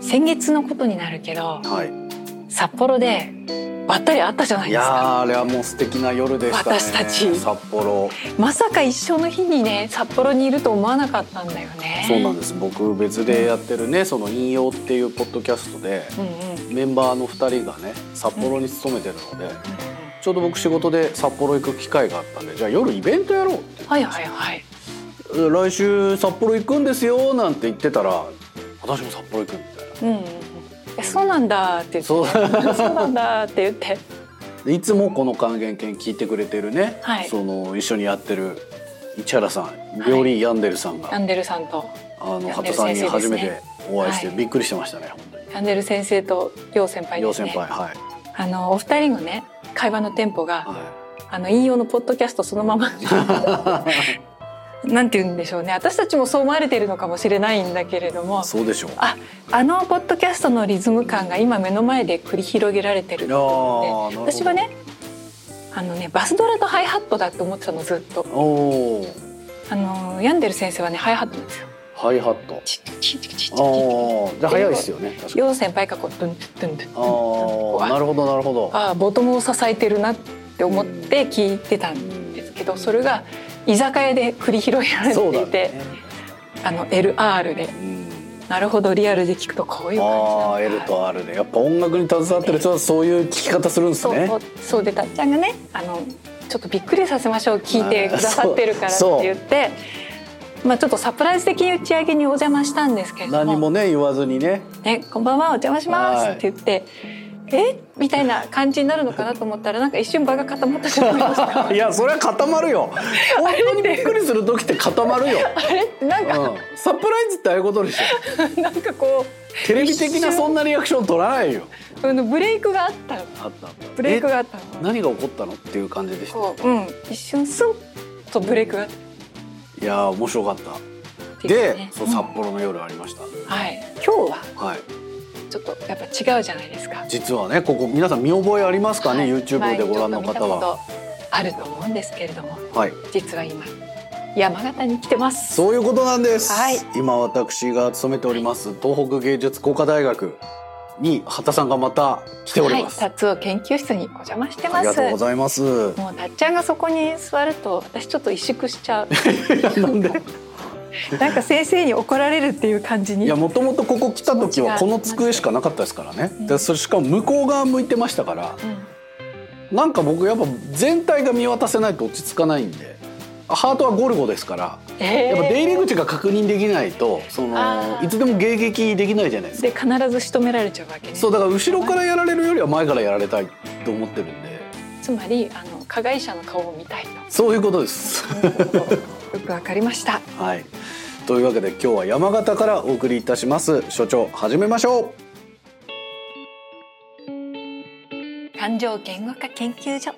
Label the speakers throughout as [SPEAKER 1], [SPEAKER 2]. [SPEAKER 1] 先月のことになるけど
[SPEAKER 2] はい。
[SPEAKER 1] 札幌でばったり会ったじゃない
[SPEAKER 2] い
[SPEAKER 1] です
[SPEAKER 2] や
[SPEAKER 1] か
[SPEAKER 2] ーあれはもう素敵な夜でしたね。
[SPEAKER 1] 私たち
[SPEAKER 2] 札幌。
[SPEAKER 1] まさか一生の日にね札幌にいると思わなかったんだよね
[SPEAKER 2] そうなんです。僕別でやってるねその引用っていうポッドキャストで
[SPEAKER 1] うんうんうんうん
[SPEAKER 2] メンバーの二人がね札幌に勤めてるので、ちょうど僕仕事で札幌行く機会があったんでじゃあ夜イベントやろうって。
[SPEAKER 1] はいはいはい
[SPEAKER 2] 来週札幌行くんですよなんて言ってたら私も札幌行くみたいな
[SPEAKER 1] うんうんうんえそうなんだって言って
[SPEAKER 2] そう
[SPEAKER 1] そうなんだって言って
[SPEAKER 2] でいつもこの還元犬聞いてくれてるね、
[SPEAKER 1] はい
[SPEAKER 2] その一緒にやってる市原さん料理ヤンデルさんが、
[SPEAKER 1] ヤンデルさんと
[SPEAKER 2] あの
[SPEAKER 1] ヤンデ
[SPEAKER 2] 畑
[SPEAKER 1] ル
[SPEAKER 2] さん
[SPEAKER 1] 先
[SPEAKER 2] に
[SPEAKER 1] 生
[SPEAKER 2] 初め
[SPEAKER 1] で
[SPEAKER 2] てお会いして
[SPEAKER 1] はい
[SPEAKER 2] びっくりしてましたね本当に。
[SPEAKER 1] ヤンデル先生と楊先輩
[SPEAKER 2] 陽
[SPEAKER 1] です
[SPEAKER 2] 先
[SPEAKER 1] ね
[SPEAKER 2] 輩はい、
[SPEAKER 1] あのお二人のね会話のテンポが、
[SPEAKER 2] は
[SPEAKER 1] あの引用のポッドキャストそのま まなんて言うんでしょうね私たちもそう思われているのかもしれないんだけれども
[SPEAKER 2] い、そうでしょう。
[SPEAKER 1] ああのポッドキャストのリズム感が今目の前で繰り広げられてる
[SPEAKER 2] いやー
[SPEAKER 1] で
[SPEAKER 2] なるほど
[SPEAKER 1] 私はねあのねバスドラとハイハットだって思ってたのずっと
[SPEAKER 2] おおー
[SPEAKER 1] あのヤンデル先生はねハイハットなんですよ
[SPEAKER 2] ハイハット。
[SPEAKER 1] チッチッチッチッチッ
[SPEAKER 2] ああじゃあ早いですよね確かに。
[SPEAKER 1] ヨウ先輩がこうドゥンドゥンドゥンドゥン
[SPEAKER 2] ああなるほどなるほど。
[SPEAKER 1] ああボトムを支えてるなって思って聞いてたんですけどそれが居酒屋で繰り広げられ
[SPEAKER 2] そう
[SPEAKER 1] て
[SPEAKER 2] だ
[SPEAKER 1] いて、
[SPEAKER 2] ね。
[SPEAKER 1] あの LR で
[SPEAKER 2] うん
[SPEAKER 1] なるほどリアルで聞くとこういう感じなん
[SPEAKER 2] あ
[SPEAKER 1] だ
[SPEAKER 2] あ L と R でやっぱ音楽に携わってる人はそういう聞き方するんです
[SPEAKER 1] そう
[SPEAKER 2] ね
[SPEAKER 1] そうそうでたっちゃんがねあのちょっとびっくりさせましょう聞いてくださってるからって
[SPEAKER 2] そう
[SPEAKER 1] 言って、まあ、ちょっとサプライズ的に打ち上げにお邪魔したんですけれど
[SPEAKER 2] 何
[SPEAKER 1] も
[SPEAKER 2] もね言わずにね
[SPEAKER 1] ね、こんばんはお邪魔します」
[SPEAKER 2] は
[SPEAKER 1] っ
[SPEAKER 2] い
[SPEAKER 1] て言って「えみたいな感じになるのかなと思ったらなんか一瞬場が固まったじゃない ですか。
[SPEAKER 2] いやそれは固ま るよ本当にびっくりする時って固まるよ、
[SPEAKER 1] あれってなん
[SPEAKER 2] う
[SPEAKER 1] か、
[SPEAKER 2] ん、サプライズってああいうことでしょ
[SPEAKER 1] なんかこ
[SPEAKER 2] テレビ的なそんなリアクション取らないよ
[SPEAKER 1] うあのブレイクがあったの
[SPEAKER 2] あったあった
[SPEAKER 1] ブレイクがあった
[SPEAKER 2] え
[SPEAKER 1] の
[SPEAKER 2] 何が起こったのっていう感じでした
[SPEAKER 1] こう、うん、一瞬スンとブレイクがあった
[SPEAKER 2] いやー面白かった
[SPEAKER 1] っていう
[SPEAKER 2] で
[SPEAKER 1] かね、
[SPEAKER 2] そう
[SPEAKER 1] うん
[SPEAKER 2] 札幌の夜ありました、
[SPEAKER 1] はい、今日は
[SPEAKER 2] はい
[SPEAKER 1] ちょっとやっぱ違うじゃないですか。
[SPEAKER 2] 実はねここ皆さん見覚えありますかね、
[SPEAKER 1] はい
[SPEAKER 2] YouTube でご覧の
[SPEAKER 1] 前
[SPEAKER 2] 方
[SPEAKER 1] にちょっと見
[SPEAKER 2] は
[SPEAKER 1] たことあると思うんですけれども
[SPEAKER 2] はい
[SPEAKER 1] 実は今山形に来てます
[SPEAKER 2] そういうことなんです、
[SPEAKER 1] はい
[SPEAKER 2] 今私が勤めております東北芸術工科大学に畑さんがまた来ております、
[SPEAKER 1] はい、達夫研究室にお邪魔して
[SPEAKER 2] あ
[SPEAKER 1] ま
[SPEAKER 2] りが
[SPEAKER 1] す
[SPEAKER 2] とうございます
[SPEAKER 1] もうたっちゃんがそこに座ると私ちょっと萎縮しちゃ う
[SPEAKER 2] な んで
[SPEAKER 1] なんか先生に怒られるっていう感じ
[SPEAKER 2] い
[SPEAKER 1] に
[SPEAKER 2] やもともとここ来た時はこの机しかなかったですからねでそれしかも向こう側向いてましたから
[SPEAKER 1] うん
[SPEAKER 2] なんか僕やっぱ全体が見渡せないと落ち着かないんでハートはゴルゴですから
[SPEAKER 1] え
[SPEAKER 2] やっぱ出入り
[SPEAKER 1] ー
[SPEAKER 2] 口が確認できないとそ
[SPEAKER 1] あ
[SPEAKER 2] の
[SPEAKER 1] ー
[SPEAKER 2] いつでも迎撃できないじゃないですか
[SPEAKER 1] で必ず仕留められちゃうわけね
[SPEAKER 2] そうだから後ろからやられるよりは前からやられたいと思ってるんで
[SPEAKER 1] つまりあの加害者の顔を見たい
[SPEAKER 2] そういうこと です。
[SPEAKER 1] とよくわかりました
[SPEAKER 2] はい。というわけで今日は山形からお送りいたします。所長始めましょ
[SPEAKER 1] 感情言語化研究所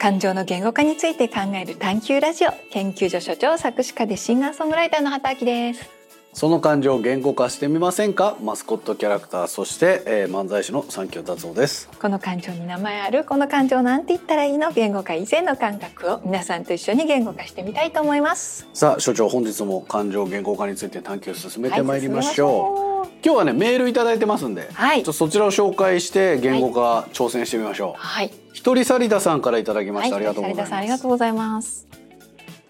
[SPEAKER 1] 感情の言語化について考える探究ラジオ研究所所長作詞家でシンガーソングライターの畑明です
[SPEAKER 2] う。その感情を言語化してみませんか。マスコットキャラクターそして、えー漫才師の三京達夫です。
[SPEAKER 1] この感情に名前あるこの感情なんて言ったらいいの言語化以前の感覚を皆さんと一緒に言語化してみたいと思います
[SPEAKER 2] さあ所長本日も感情言語化について探求を進めてまいりましょう。
[SPEAKER 1] はい進めましょ
[SPEAKER 2] 今日はねメールいただいてますんで、
[SPEAKER 1] はい
[SPEAKER 2] ちょっとそちらを紹介して言語化挑戦してみましょう。
[SPEAKER 1] うはい
[SPEAKER 2] ひとりさりださんからいただきました。
[SPEAKER 1] は
[SPEAKER 2] ありがとうござい
[SPEAKER 1] 斉田さんあり
[SPEAKER 2] ま
[SPEAKER 1] が
[SPEAKER 2] す
[SPEAKER 1] と。うございます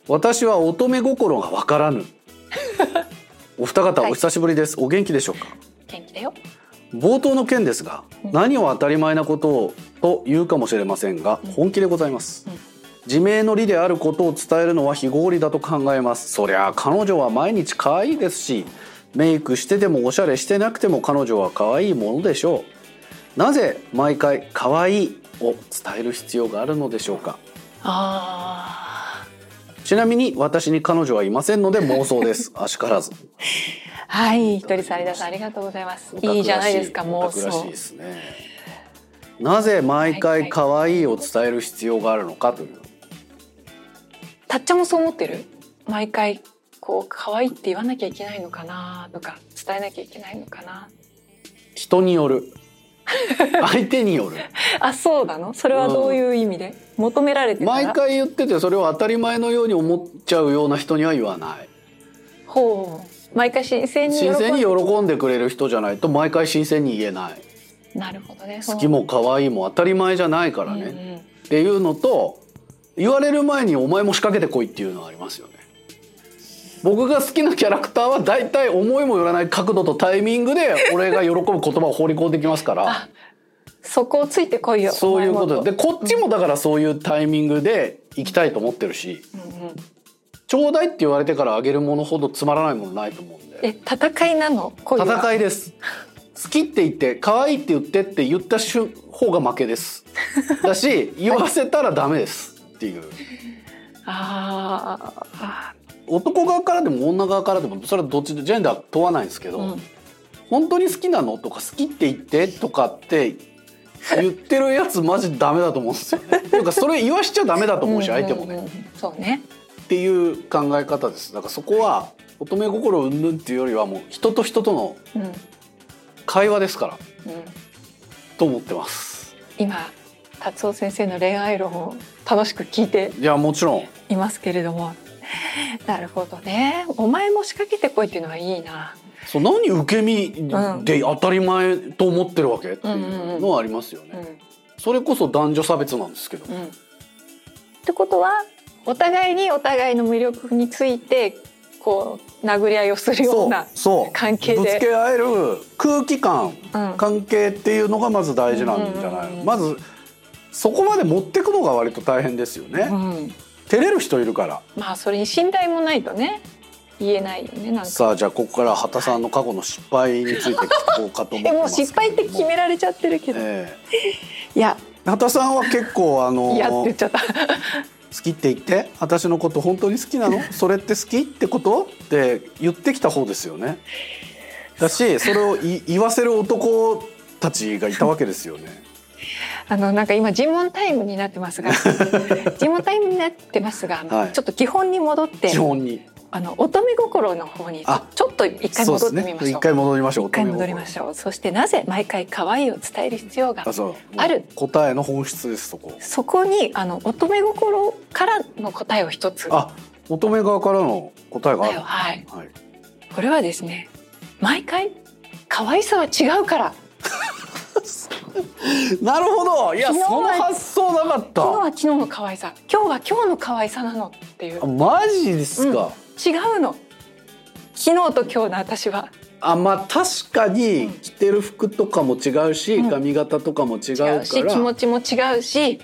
[SPEAKER 2] 私は乙女心がわから ぬ。お二方
[SPEAKER 1] はい
[SPEAKER 2] お久しぶりです。お元気でしょうか。
[SPEAKER 1] 元気だよ
[SPEAKER 2] 冒頭の件ですが、
[SPEAKER 1] うん
[SPEAKER 2] 何を当たり前なことをと言うかもしれませんが、
[SPEAKER 1] うん
[SPEAKER 2] 本気でございます、
[SPEAKER 1] うん
[SPEAKER 2] 自明の理であることを伝えるのは非合理だと考えますそりゃあ彼女は毎日可愛いですしメイクしてでもおしゃれしてなくても彼女は可愛いものでしょうなぜ毎回可愛いを伝える必要があるのでしょうか
[SPEAKER 1] あ
[SPEAKER 2] ちなみに私に彼女はいませんので妄想で すあしからず
[SPEAKER 1] ーはいひとりさん有田さんありがとうございますいいじゃないですか
[SPEAKER 2] オ
[SPEAKER 1] 妄
[SPEAKER 2] タクらしい
[SPEAKER 1] 想
[SPEAKER 2] ですねなぜ毎回可愛いを伝える必要があるのかという
[SPEAKER 1] たっちゃんもそう思ってる毎回こう可愛いって言わなきゃいけないのかなとか伝えなきゃいけないのかな
[SPEAKER 2] 人に よる相手による
[SPEAKER 1] あそうなのそれはどういう意味で、求められてたら
[SPEAKER 2] 毎回言っててそれを当たり前のように思っちゃうような人には言わない
[SPEAKER 1] ほう毎回新鮮に喜
[SPEAKER 2] 新
[SPEAKER 1] ん
[SPEAKER 2] 鮮に喜んでくれる人じゃないと毎回新鮮に言えない
[SPEAKER 1] なるほどね
[SPEAKER 2] 好きも可愛いも当たり前じゃないからね、
[SPEAKER 1] うん
[SPEAKER 2] っ
[SPEAKER 1] うん
[SPEAKER 2] ていうのと言われる前にお前も仕掛けてこいっていうのはありますよね僕が好きなキャラクターは大体思いもよらない角度とタイミングで俺が喜ぶ言葉を放り込んできますから
[SPEAKER 1] そこをついてこいよ
[SPEAKER 2] そういうことで
[SPEAKER 1] で、
[SPEAKER 2] でこっちもだからそういうタイミングで行きたいと思ってるし
[SPEAKER 1] うんうん
[SPEAKER 2] ちょうだいって言われてからあげるものほどつまらないものないと思うんで
[SPEAKER 1] え戦いなの恋は
[SPEAKER 2] 戦
[SPEAKER 1] い
[SPEAKER 2] いです好きって言って可愛いって言ってって言った瞬方が負けですだし言わせたらダメですっていう
[SPEAKER 1] あーあ
[SPEAKER 2] 男側からでも女側からでもそれはどっちでジェンダー問わないんですけど、
[SPEAKER 1] ー、うん、
[SPEAKER 2] 本当に好きなのとか好きって言ってとかって言ってるやつマジダメだと思うんですよね。 というかそれ言わしちゃダメだと思うし相手も
[SPEAKER 1] うんうん
[SPEAKER 2] ね。
[SPEAKER 1] うんそうね
[SPEAKER 2] っていう考え方です。だからそこは乙女心云々っていうよりはもう人と人との
[SPEAKER 1] うんうん
[SPEAKER 2] 会話ですからと思ってます。
[SPEAKER 1] 今達夫先生の恋愛論を楽しく聞いて
[SPEAKER 2] いやもちろん
[SPEAKER 1] いますけれども なるほどねお前も仕掛けてこいっていうのはいいな
[SPEAKER 2] そう何受け身
[SPEAKER 1] ん
[SPEAKER 2] で当たり前と思ってるわけってい
[SPEAKER 1] んうんう
[SPEAKER 2] うんのはありますよね、
[SPEAKER 1] うん
[SPEAKER 2] それこそ男女差別なんですけど、
[SPEAKER 1] うんってことはお互いにお互いの魅力についてこう殴り合いをするような
[SPEAKER 2] そう
[SPEAKER 1] 関係で
[SPEAKER 2] ぶつけ合える空気感、
[SPEAKER 1] うん
[SPEAKER 2] 関係っていうのがまず大事なんじゃないの、
[SPEAKER 1] うんうんうん
[SPEAKER 2] まずそこまで持ってくのが割と大変ですよね、
[SPEAKER 1] うん
[SPEAKER 2] 照れる人いるから
[SPEAKER 1] まあそれに信頼もないとね言えないよねなんか
[SPEAKER 2] さあじゃあここから畑さんの過去の失敗について聞こうかと思ってますけ
[SPEAKER 1] え
[SPEAKER 2] ど
[SPEAKER 1] もう失敗って決められちゃってるけど、
[SPEAKER 2] え
[SPEAKER 1] いや
[SPEAKER 2] え畑さんは結構あの
[SPEAKER 1] いやって言っちゃった
[SPEAKER 2] 好きって言って私のこと本当に好 きなのそれって好きってことって言ってきた方ですよねだしそれをい言わせる男たちがいたわけですよね
[SPEAKER 1] あのなんか今尋問タイムになって ますが尋問タイムになってますが、
[SPEAKER 2] はい
[SPEAKER 1] ちょっと基本に戻って
[SPEAKER 2] 基本に
[SPEAKER 1] あの乙女心の方に
[SPEAKER 2] あ
[SPEAKER 1] ちょっと一回
[SPEAKER 2] そうで
[SPEAKER 1] 戻っ
[SPEAKER 2] す
[SPEAKER 1] てみ
[SPEAKER 2] ね
[SPEAKER 1] ましょ
[SPEAKER 2] 一
[SPEAKER 1] う。
[SPEAKER 2] 回戻りましょう
[SPEAKER 1] 一回戻りましょう。そしてなぜ毎回可愛いを伝える必要が
[SPEAKER 2] あそう
[SPEAKER 1] ある
[SPEAKER 2] 答えの本質ですそこ
[SPEAKER 1] そこにあの乙女心からの答えを一つ。
[SPEAKER 2] あ乙女側からの答えがあ
[SPEAKER 1] だ
[SPEAKER 2] る
[SPEAKER 1] よはい。
[SPEAKER 2] はい、
[SPEAKER 1] これはですね、毎回可愛さは違うから。
[SPEAKER 2] なるほどいや
[SPEAKER 1] 昨日は
[SPEAKER 2] その発想なかっ
[SPEAKER 1] 昨日は
[SPEAKER 2] た
[SPEAKER 1] 昨日の可愛さ、今日は今日の可愛さなのっていう
[SPEAKER 2] あ。マジですか、
[SPEAKER 1] 違うの。昨日と今日の私は。
[SPEAKER 2] あまあ確かに着てる服とかも違うし、
[SPEAKER 1] うん
[SPEAKER 2] 髪型とかも違うから
[SPEAKER 1] 違うし気持ちも違うし、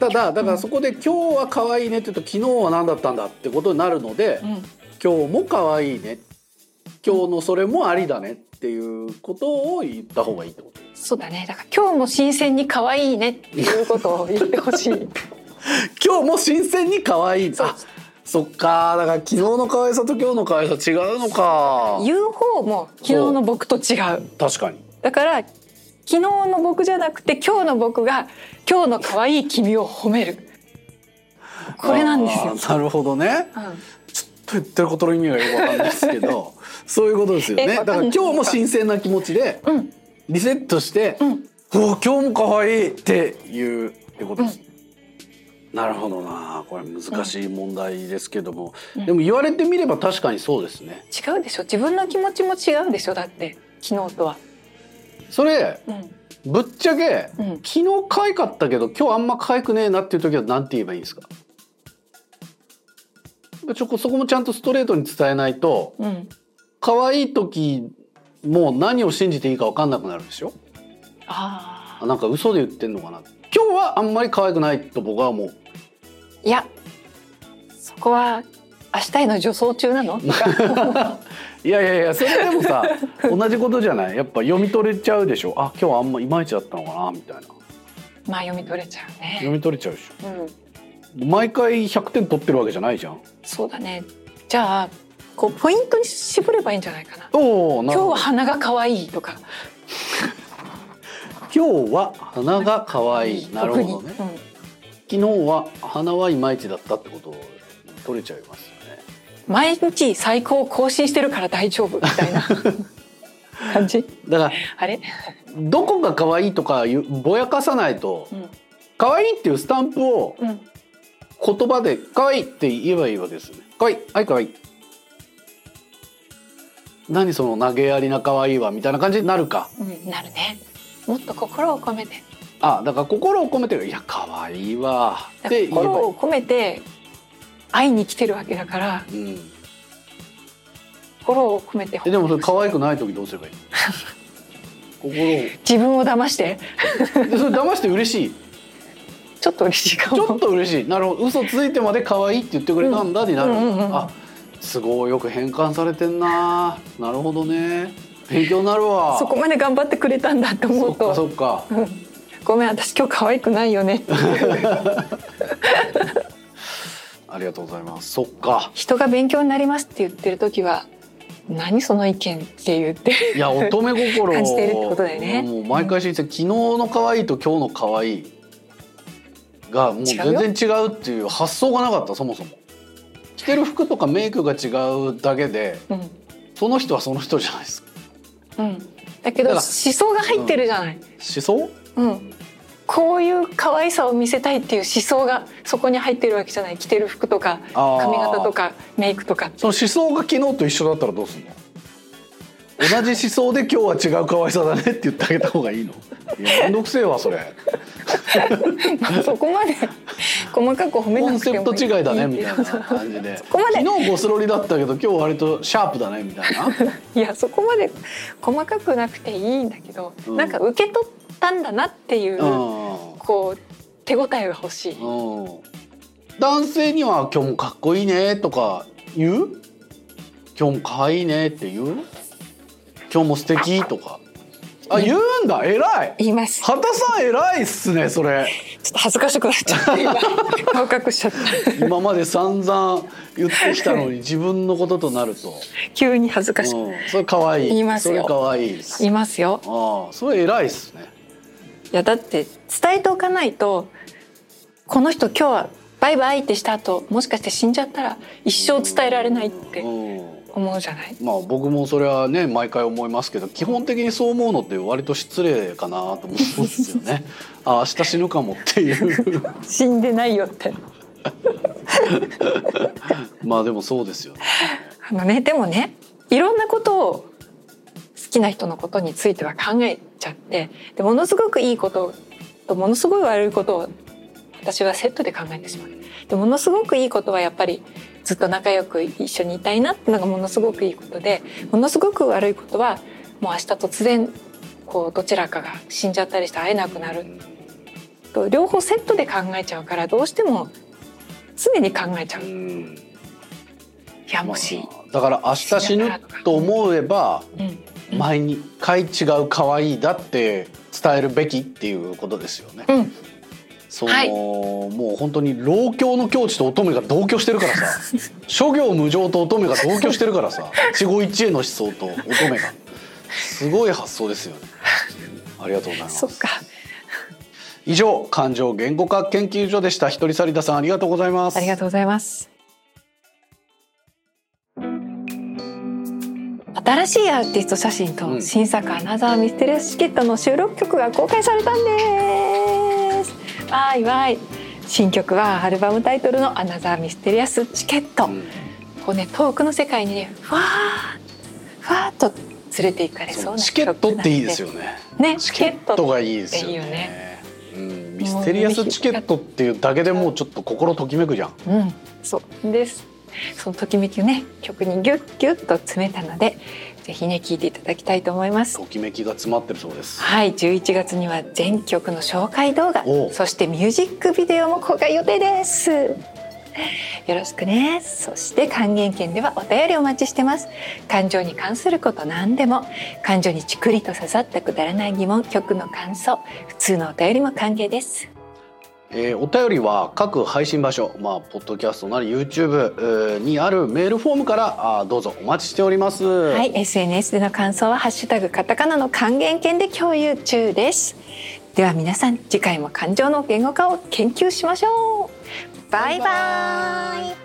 [SPEAKER 2] ただだからそこで今日は可愛いねって言うと昨日は何だったんだってことになるので、
[SPEAKER 1] うん、
[SPEAKER 2] 今日も可愛いね今日のそれもありだねっていうことを言った方がいいってこと
[SPEAKER 1] そうだねだから今日も新鮮に可愛いねっていうことを言ってほしい
[SPEAKER 2] 今日も新鮮に可愛い
[SPEAKER 1] そう
[SPEAKER 2] あそっかだから昨日の可愛さと今日の可愛さ違うのか
[SPEAKER 1] 言う方も昨日の僕と違う
[SPEAKER 2] 確かに
[SPEAKER 1] だから昨日の僕じゃなくて今日の僕が今日の可愛い君を褒めるこれなんですよ
[SPEAKER 2] あ、ーなるほどね
[SPEAKER 1] う
[SPEAKER 2] ちょっと言ってることの意味がよくわかんないです けどそういうことですよね
[SPEAKER 1] え
[SPEAKER 2] だ
[SPEAKER 1] わ
[SPEAKER 2] か
[SPEAKER 1] からんない
[SPEAKER 2] 今日も新鮮な気持ちで
[SPEAKER 1] ん、うん
[SPEAKER 2] リセットして、
[SPEAKER 1] うん
[SPEAKER 2] お今日も可愛いっていうってことです、なるほどなこれ難しい問題ですけども、
[SPEAKER 1] うん
[SPEAKER 2] でも言われてみれば確かにそうですね
[SPEAKER 1] 違うでしょ自分の気持ちも違うでしょだって昨日とは、
[SPEAKER 2] それ
[SPEAKER 1] うん、
[SPEAKER 2] ぶっちゃけ、
[SPEAKER 1] うん
[SPEAKER 2] 昨日可愛かったけど今日あんま可愛くねえなっていう時は何て言えばいいんですかちょこそこもちゃんとストレートに伝えないと
[SPEAKER 1] うん、
[SPEAKER 2] 可愛い時もう何を信じていいか分かんなくなるでしょ
[SPEAKER 1] あ
[SPEAKER 2] あなんか嘘で言ってんのかな今日はあんまり可愛くないと僕は思う
[SPEAKER 1] ーいやそこは明日への助走中なのとか
[SPEAKER 2] いやいやいやそれでも さ同じことじゃないやっぱ読み取れちゃうでしょあ今日はあんまいまいちだったのかなみたいな
[SPEAKER 1] まあ読み取れちゃうね
[SPEAKER 2] 読、み取れちゃうでし
[SPEAKER 1] うん、
[SPEAKER 2] ょ毎回100点取ってるわけじゃないじゃん
[SPEAKER 1] そうだねじゃあこうポイントに絞ればいいんじゃないかな
[SPEAKER 2] おおな
[SPEAKER 1] 今
[SPEAKER 2] る
[SPEAKER 1] 日
[SPEAKER 2] ほど
[SPEAKER 1] は鼻が可愛いとか
[SPEAKER 2] 今日は花が可愛いなるほどね
[SPEAKER 1] 特にうん
[SPEAKER 2] 昨日は花はいまいちだったってことを取れちゃいますよね
[SPEAKER 1] 毎日最高を更新してるから大丈夫みたいな感じ
[SPEAKER 2] だから
[SPEAKER 1] あれ、
[SPEAKER 2] どこが可愛いとかいうぼやかさないと
[SPEAKER 1] うん
[SPEAKER 2] 可愛いっていうスタンプを
[SPEAKER 1] うん、
[SPEAKER 2] 言葉で可愛いって言えばいいわけですよね可愛いはい可愛い何その投げやりな可愛いわみたいな感じになるか
[SPEAKER 1] うん、なるねもっと心を込めて
[SPEAKER 2] あだから心を込めて「いや可愛いわ」って言え
[SPEAKER 1] 心
[SPEAKER 2] ばい
[SPEAKER 1] を込めて会いに来てるわけだから
[SPEAKER 2] い、うん、
[SPEAKER 1] 心を込めて
[SPEAKER 2] えでもそれ可愛くない時どうすれば いい心
[SPEAKER 1] 自分を騙して
[SPEAKER 2] をでそれ騙して嬉 しい
[SPEAKER 1] ちょっと嬉しいか
[SPEAKER 2] ちょっ
[SPEAKER 1] も
[SPEAKER 2] と嬉しいなるほど嘘ついてまで可愛いって言ってくれたんだになる、
[SPEAKER 1] うんうんうんうん
[SPEAKER 2] あすごいよく変換されてんななるほどね勉強になるわ
[SPEAKER 1] そこまで頑張ってくれたんだって思
[SPEAKER 2] そうっかそ
[SPEAKER 1] と
[SPEAKER 2] っか
[SPEAKER 1] うんごめん私今日可愛くないよね
[SPEAKER 2] ありがとうございますそっか
[SPEAKER 1] 人が勉強になりますって言ってる時は何その意見って言って
[SPEAKER 2] いや乙女心を
[SPEAKER 1] 感じてるってことだよね
[SPEAKER 2] もう毎回知って昨日の可愛いと今日の可愛いがもう全然違うっていう発想がなかったそもそも着てる服とかメイクが違うだけで
[SPEAKER 1] うん、
[SPEAKER 2] その人はその人じゃないですか
[SPEAKER 1] うん、だけど
[SPEAKER 2] だから
[SPEAKER 1] 思想が入ってるじゃない、
[SPEAKER 2] 思想
[SPEAKER 1] うん、こういう可愛さを見せたいっていう思想がそこに入ってるわけじゃない着てる服とか
[SPEAKER 2] あー
[SPEAKER 1] 髪型とかメイクとか
[SPEAKER 2] その思想が昨日と一緒だったらどうするの同じ思想で今日は違う可愛さだねって言ってあげた方がいいのいやめんどくせえわそれ
[SPEAKER 1] まあそこ まで細かく褒め
[SPEAKER 2] コ
[SPEAKER 1] な
[SPEAKER 2] ン
[SPEAKER 1] くて
[SPEAKER 2] セプ
[SPEAKER 1] も
[SPEAKER 2] ト
[SPEAKER 1] いい
[SPEAKER 2] 違いだねみたいな感じで
[SPEAKER 1] こまで
[SPEAKER 2] 昨日ゴスロリだったけど今日割とシャープだねみたいない
[SPEAKER 1] やそこまで細かくなくていいんだけど、
[SPEAKER 2] うん
[SPEAKER 1] なんか受け取ったんだなっていう、
[SPEAKER 2] う
[SPEAKER 1] こう手応えが欲しい、
[SPEAKER 2] ん、うん、男性には「今日もかっこいいね」とか言う「今日も可愛いね」って言う「今日も素敵とかあ言うんだ偉い
[SPEAKER 1] 言いますちょ
[SPEAKER 2] 畑さん偉いっすねそれ
[SPEAKER 1] っと恥ずかしくなっちゃって 今顔隠しちゃった
[SPEAKER 2] 今まで散々言ってき たのに自分のこととなると、
[SPEAKER 1] 急に恥ず
[SPEAKER 2] う
[SPEAKER 1] かしく、
[SPEAKER 2] ん、それ可愛い
[SPEAKER 1] 言いますよ
[SPEAKER 2] それ可愛いです
[SPEAKER 1] いますよ
[SPEAKER 2] ああそれ偉いっすね
[SPEAKER 1] いやだって伝えておかないとこの人今日はバイバイってした後もしかして死んじゃったら一生伝えられないって
[SPEAKER 2] うん
[SPEAKER 1] 思うじゃない
[SPEAKER 2] まあ僕もそれはね毎回思いますけど基本的にそう思うのって割と失礼かなと思うんですよ ねあ明日死ぬかもっていう
[SPEAKER 1] 死んでないよって
[SPEAKER 2] まあでもそうですよね
[SPEAKER 1] あのねでもねいろんなことを好きな人のことについては考えちゃってでものすごくいいこととものすごい悪いことを私はセットで考えてしまうでものすごくいいことはやっぱりずっと仲良く一緒にいたいなってのがものすごくいいことでものすごく悪いことはもう明日突然こうどちらかが死んじゃったりして会えなくなると両方セットで考えちゃうからどうしても常に考えちゃう
[SPEAKER 2] う
[SPEAKER 1] い
[SPEAKER 2] ん
[SPEAKER 1] やもし、
[SPEAKER 2] だから明日死ぬと思えば
[SPEAKER 1] うん、
[SPEAKER 2] 毎回違う可愛いだって伝えるべきっていうことですよね
[SPEAKER 1] うん
[SPEAKER 2] その、
[SPEAKER 1] はい
[SPEAKER 2] もう本当に老教の境地と乙女が同居してるから さ諸行無常と乙女が同居してるからさ一期一会の思想と乙女がすごい発想ですよねありがとうございま
[SPEAKER 1] そ
[SPEAKER 2] す
[SPEAKER 1] っか
[SPEAKER 2] 以上感情言語化研究所でしたひとりさりださんありがとうございます
[SPEAKER 1] ありがとうございます。新しいアーティスト写真
[SPEAKER 2] う
[SPEAKER 1] と
[SPEAKER 2] ん
[SPEAKER 1] 新作アナザーミステリアスチケットの収録曲が公開されたんです。わいわい。新曲はアルバムタイトルのアナザーミステリアスチケット。
[SPEAKER 2] うん
[SPEAKER 1] こうね遠くの世界にねふわーふわーっと連れて行かれそう
[SPEAKER 2] そ
[SPEAKER 1] な
[SPEAKER 2] うチケットっていいです
[SPEAKER 1] よ。
[SPEAKER 2] よね
[SPEAKER 1] ね
[SPEAKER 2] チ
[SPEAKER 1] チ
[SPEAKER 2] ケ
[SPEAKER 1] ケ
[SPEAKER 2] ッ
[SPEAKER 1] ッ
[SPEAKER 2] ト
[SPEAKER 1] ト
[SPEAKER 2] がいいですよね
[SPEAKER 1] いいよ
[SPEAKER 2] うん、ミステリアスチケットっていうだけでもうちょっと心ときめくじゃん
[SPEAKER 1] うん、そうです。そのときめきをね、曲にギュッギュッと詰めたので、ぜひね聞いていただきたいと思います。
[SPEAKER 2] ときめきが詰まってるそうです
[SPEAKER 1] はい、11月には全曲の紹介動画
[SPEAKER 2] おう、
[SPEAKER 1] そしてミュージックビデオも公開予定です。よろしくね。そして還元券ではお便りお待ちしてます。感情に関すること何でも、感情にちくりと刺さったくだらない疑問、曲の感想、普通のお便りも歓迎です。
[SPEAKER 2] えーお便りは各配信場所、まあ、ポッドキャストなり YouTube えーにあるメールフォームからあーどうぞお待ちしております。
[SPEAKER 1] はい、SNS での感想はハッシュタグカタカナの還元券で共有中です。では皆さん次回も感情の言語化を研究しましょう。バイバイ。